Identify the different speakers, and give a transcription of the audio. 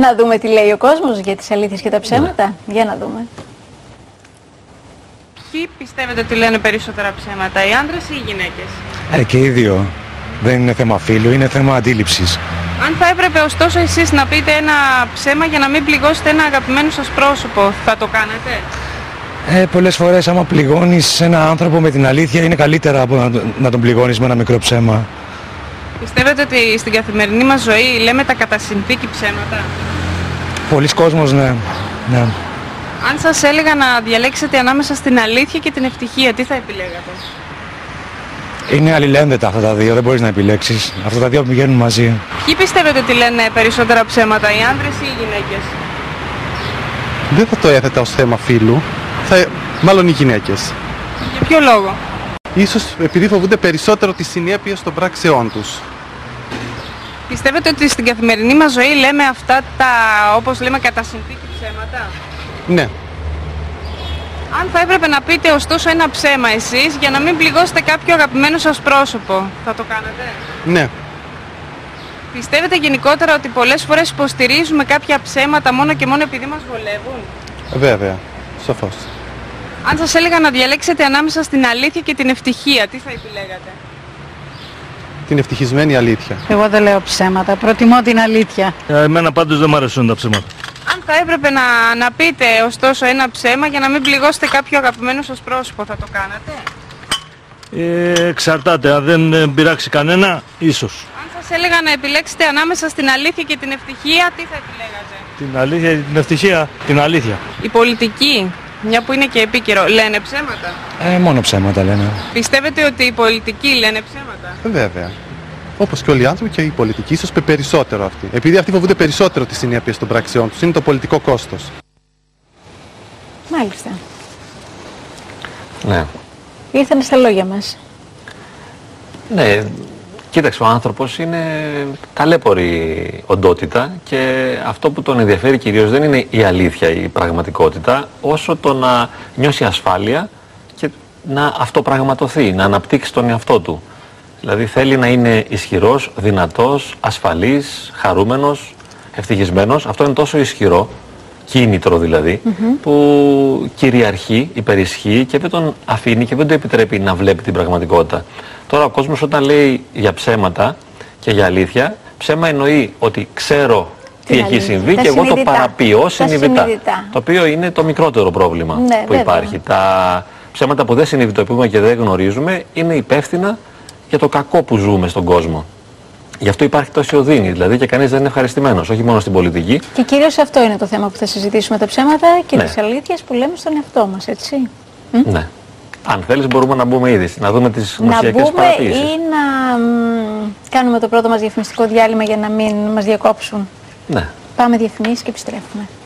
Speaker 1: Να δούμε τι λέει ο κόσμος για τις αλήθειες και τα
Speaker 2: Ναι.
Speaker 1: ψέματα. Για να δούμε.
Speaker 3: Ποιοι πιστεύετε ότι λένε περισσότερα ψέματα, οι άντρες ή οι γυναίκες.
Speaker 4: Ε, και οι δύο. Δεν είναι θέμα φίλου, είναι θέμα αντίληψης.
Speaker 3: Αν θα έπρεπε ωστόσο εσείς να πείτε ένα ψέμα για να μην πληγώσετε ένα αγαπημένο σας πρόσωπο, θα το κάνατε.
Speaker 4: Ε, Πολλές φορές, άμα πληγώνεις ένα άνθρωπο με την αλήθεια, είναι καλύτερα από να, το- να τον πληγώνεις με ένα μικρό ψέμα.
Speaker 3: Πιστεύετε ότι στην καθημερινή μας ζωή λέμε τα κατά συνθήκη ψέματα.
Speaker 4: Πολλοί κόσμος, ναι. ναι.
Speaker 3: Αν σας έλεγα να διαλέξετε ανάμεσα στην αλήθεια και την ευτυχία, τι θα επιλέγατε.
Speaker 4: Είναι αλληλένδετα αυτά τα δύο, δεν μπορείς να επιλέξεις. Αυτά τα δύο πηγαίνουν μαζί.
Speaker 3: Ποιοι πιστεύετε ότι λένε περισσότερα ψέματα, οι άντρες ή οι γυναίκες.
Speaker 5: Δεν θα το έθετα ως θέμα φίλου, θα, ε, μάλλον οι γυναίκες.
Speaker 3: Για ποιο λόγο.
Speaker 5: Ίσως επειδή φοβούνται περισσότερο τη συνέπεια των πράξεών τους.
Speaker 3: Πιστεύετε ότι στην καθημερινή μας ζωή λέμε αυτά τα, όπως λέμε, κατά συνθήκη ψέματα.
Speaker 5: Ναι.
Speaker 3: Αν θα έπρεπε να πείτε ωστόσο ένα ψέμα εσείς για να μην πληγώσετε κάποιο αγαπημένο σας πρόσωπο, θα το κάνατε.
Speaker 5: Ναι.
Speaker 3: Πιστεύετε γενικότερα ότι πολλές φορές υποστηρίζουμε κάποια ψέματα μόνο και μόνο επειδή μας βολεύουν.
Speaker 5: Βέβαια. Σαφώς.
Speaker 3: Αν σας έλεγα να διαλέξετε ανάμεσα στην αλήθεια και την ευτυχία, τι θα επιλέγατε.
Speaker 5: Την ευτυχισμένη αλήθεια.
Speaker 2: Εγώ δεν λέω ψέματα. Προτιμώ την αλήθεια.
Speaker 6: Ε, Εμένα πάντως δεν μου αρέσουν τα ψέματα.
Speaker 3: Αν θα έπρεπε να, να πείτε ωστόσο ένα ψέμα για να μην πληγώσετε κάποιο αγαπημένο σας πρόσωπο, θα το κάνατε.
Speaker 6: Ε, εξαρτάται, αν δεν ε, πειράξει κανένα, ίσως.
Speaker 3: Αν σας έλεγα να επιλέξετε ανάμεσα στην αλήθεια και την ευτυχία, τι θα επιλέγατε.
Speaker 6: Την αλήθεια, την ευτυχία, την αλήθεια.
Speaker 3: Οι πολιτικοί, μια που είναι και επίκαιρο, λένε ψέματα.
Speaker 4: Ε, μόνο ψέματα λένε.
Speaker 3: Πιστεύετε ότι οι πολιτικοί λένε ψέματα.
Speaker 5: Βέβαια. Όπως και όλοι οι άνθρωποι και οι πολιτικοί, ίσως πε- περισσότερο αυτοί. Επειδή αυτοί φοβούνται περισσότερο τη συνέπεια των πράξεών τους. Είναι το πολιτικό κόστος.
Speaker 1: Μάλιστα.
Speaker 7: Ναι.
Speaker 1: Ήρθαν στα λόγια μας.
Speaker 7: ναι. Κοίταξε, ο άνθρωπος είναι καλέπορη οντότητα και αυτό που τον ενδιαφέρει κυρίως δεν είναι η αλήθεια, η πραγματικότητα, όσο το να νιώσει ασφάλεια και να αυτοπραγματοθεί, να αναπτύξει τον εαυτό του. Δηλαδή θέλει να είναι ισχυρός, δυνατός, ασφαλής, χαρούμενος, ευτυχισμένος. Αυτό είναι τόσο ισχυρό, κίνητρο δηλαδή, που κυριαρχεί, υπερισχύει και δεν τον αφήνει και δεν του επιτρέπει να βλέπει την πραγματικότητα. Τώρα ο κόσμος όταν λέει για ψέματα και για αλήθεια, ψέμα εννοεί ότι ξέρω τι
Speaker 1: Την
Speaker 7: έχει
Speaker 1: αλήθεια.
Speaker 7: συμβεί
Speaker 1: Τα
Speaker 7: και εγώ το
Speaker 1: συνειδητά.
Speaker 7: παραποιώ
Speaker 1: Τα
Speaker 7: συνειδητά.
Speaker 1: συνειδητά.
Speaker 7: Το οποίο είναι το μικρότερο πρόβλημα
Speaker 1: Ναι,
Speaker 7: που
Speaker 1: βέβαια.
Speaker 7: υπάρχει. Τα ψέματα που δεν συνειδητοποιούμε και δεν γνωρίζουμε είναι υπεύθυνα για το κακό που ζούμε στον κόσμο. Γι' αυτό υπάρχει τόση οδύνη, δηλαδή και κανείς δεν είναι ευχαριστημένος, όχι μόνο στην πολιτική.
Speaker 1: Και κυρίως αυτό είναι το θέμα που θα συζητήσουμε τα ψέματα και
Speaker 7: Ναι.
Speaker 1: τις αλήθειες που λέμε στον εαυτό μας, έτσι.
Speaker 7: Ναι. Αν θέλεις, μπορούμε να μπούμε ήδη, να δούμε τις
Speaker 1: Να
Speaker 7: γνωσιακέ
Speaker 1: μπούμε
Speaker 7: παρατηρήσεις.
Speaker 1: ή να μ, κάνουμε το πρώτο μας διαφημιστικό διάλειμμα για να μην μας διακόψουν.
Speaker 7: Ναι.
Speaker 1: Πάμε διαφημίσεις και επιστρέφουμε.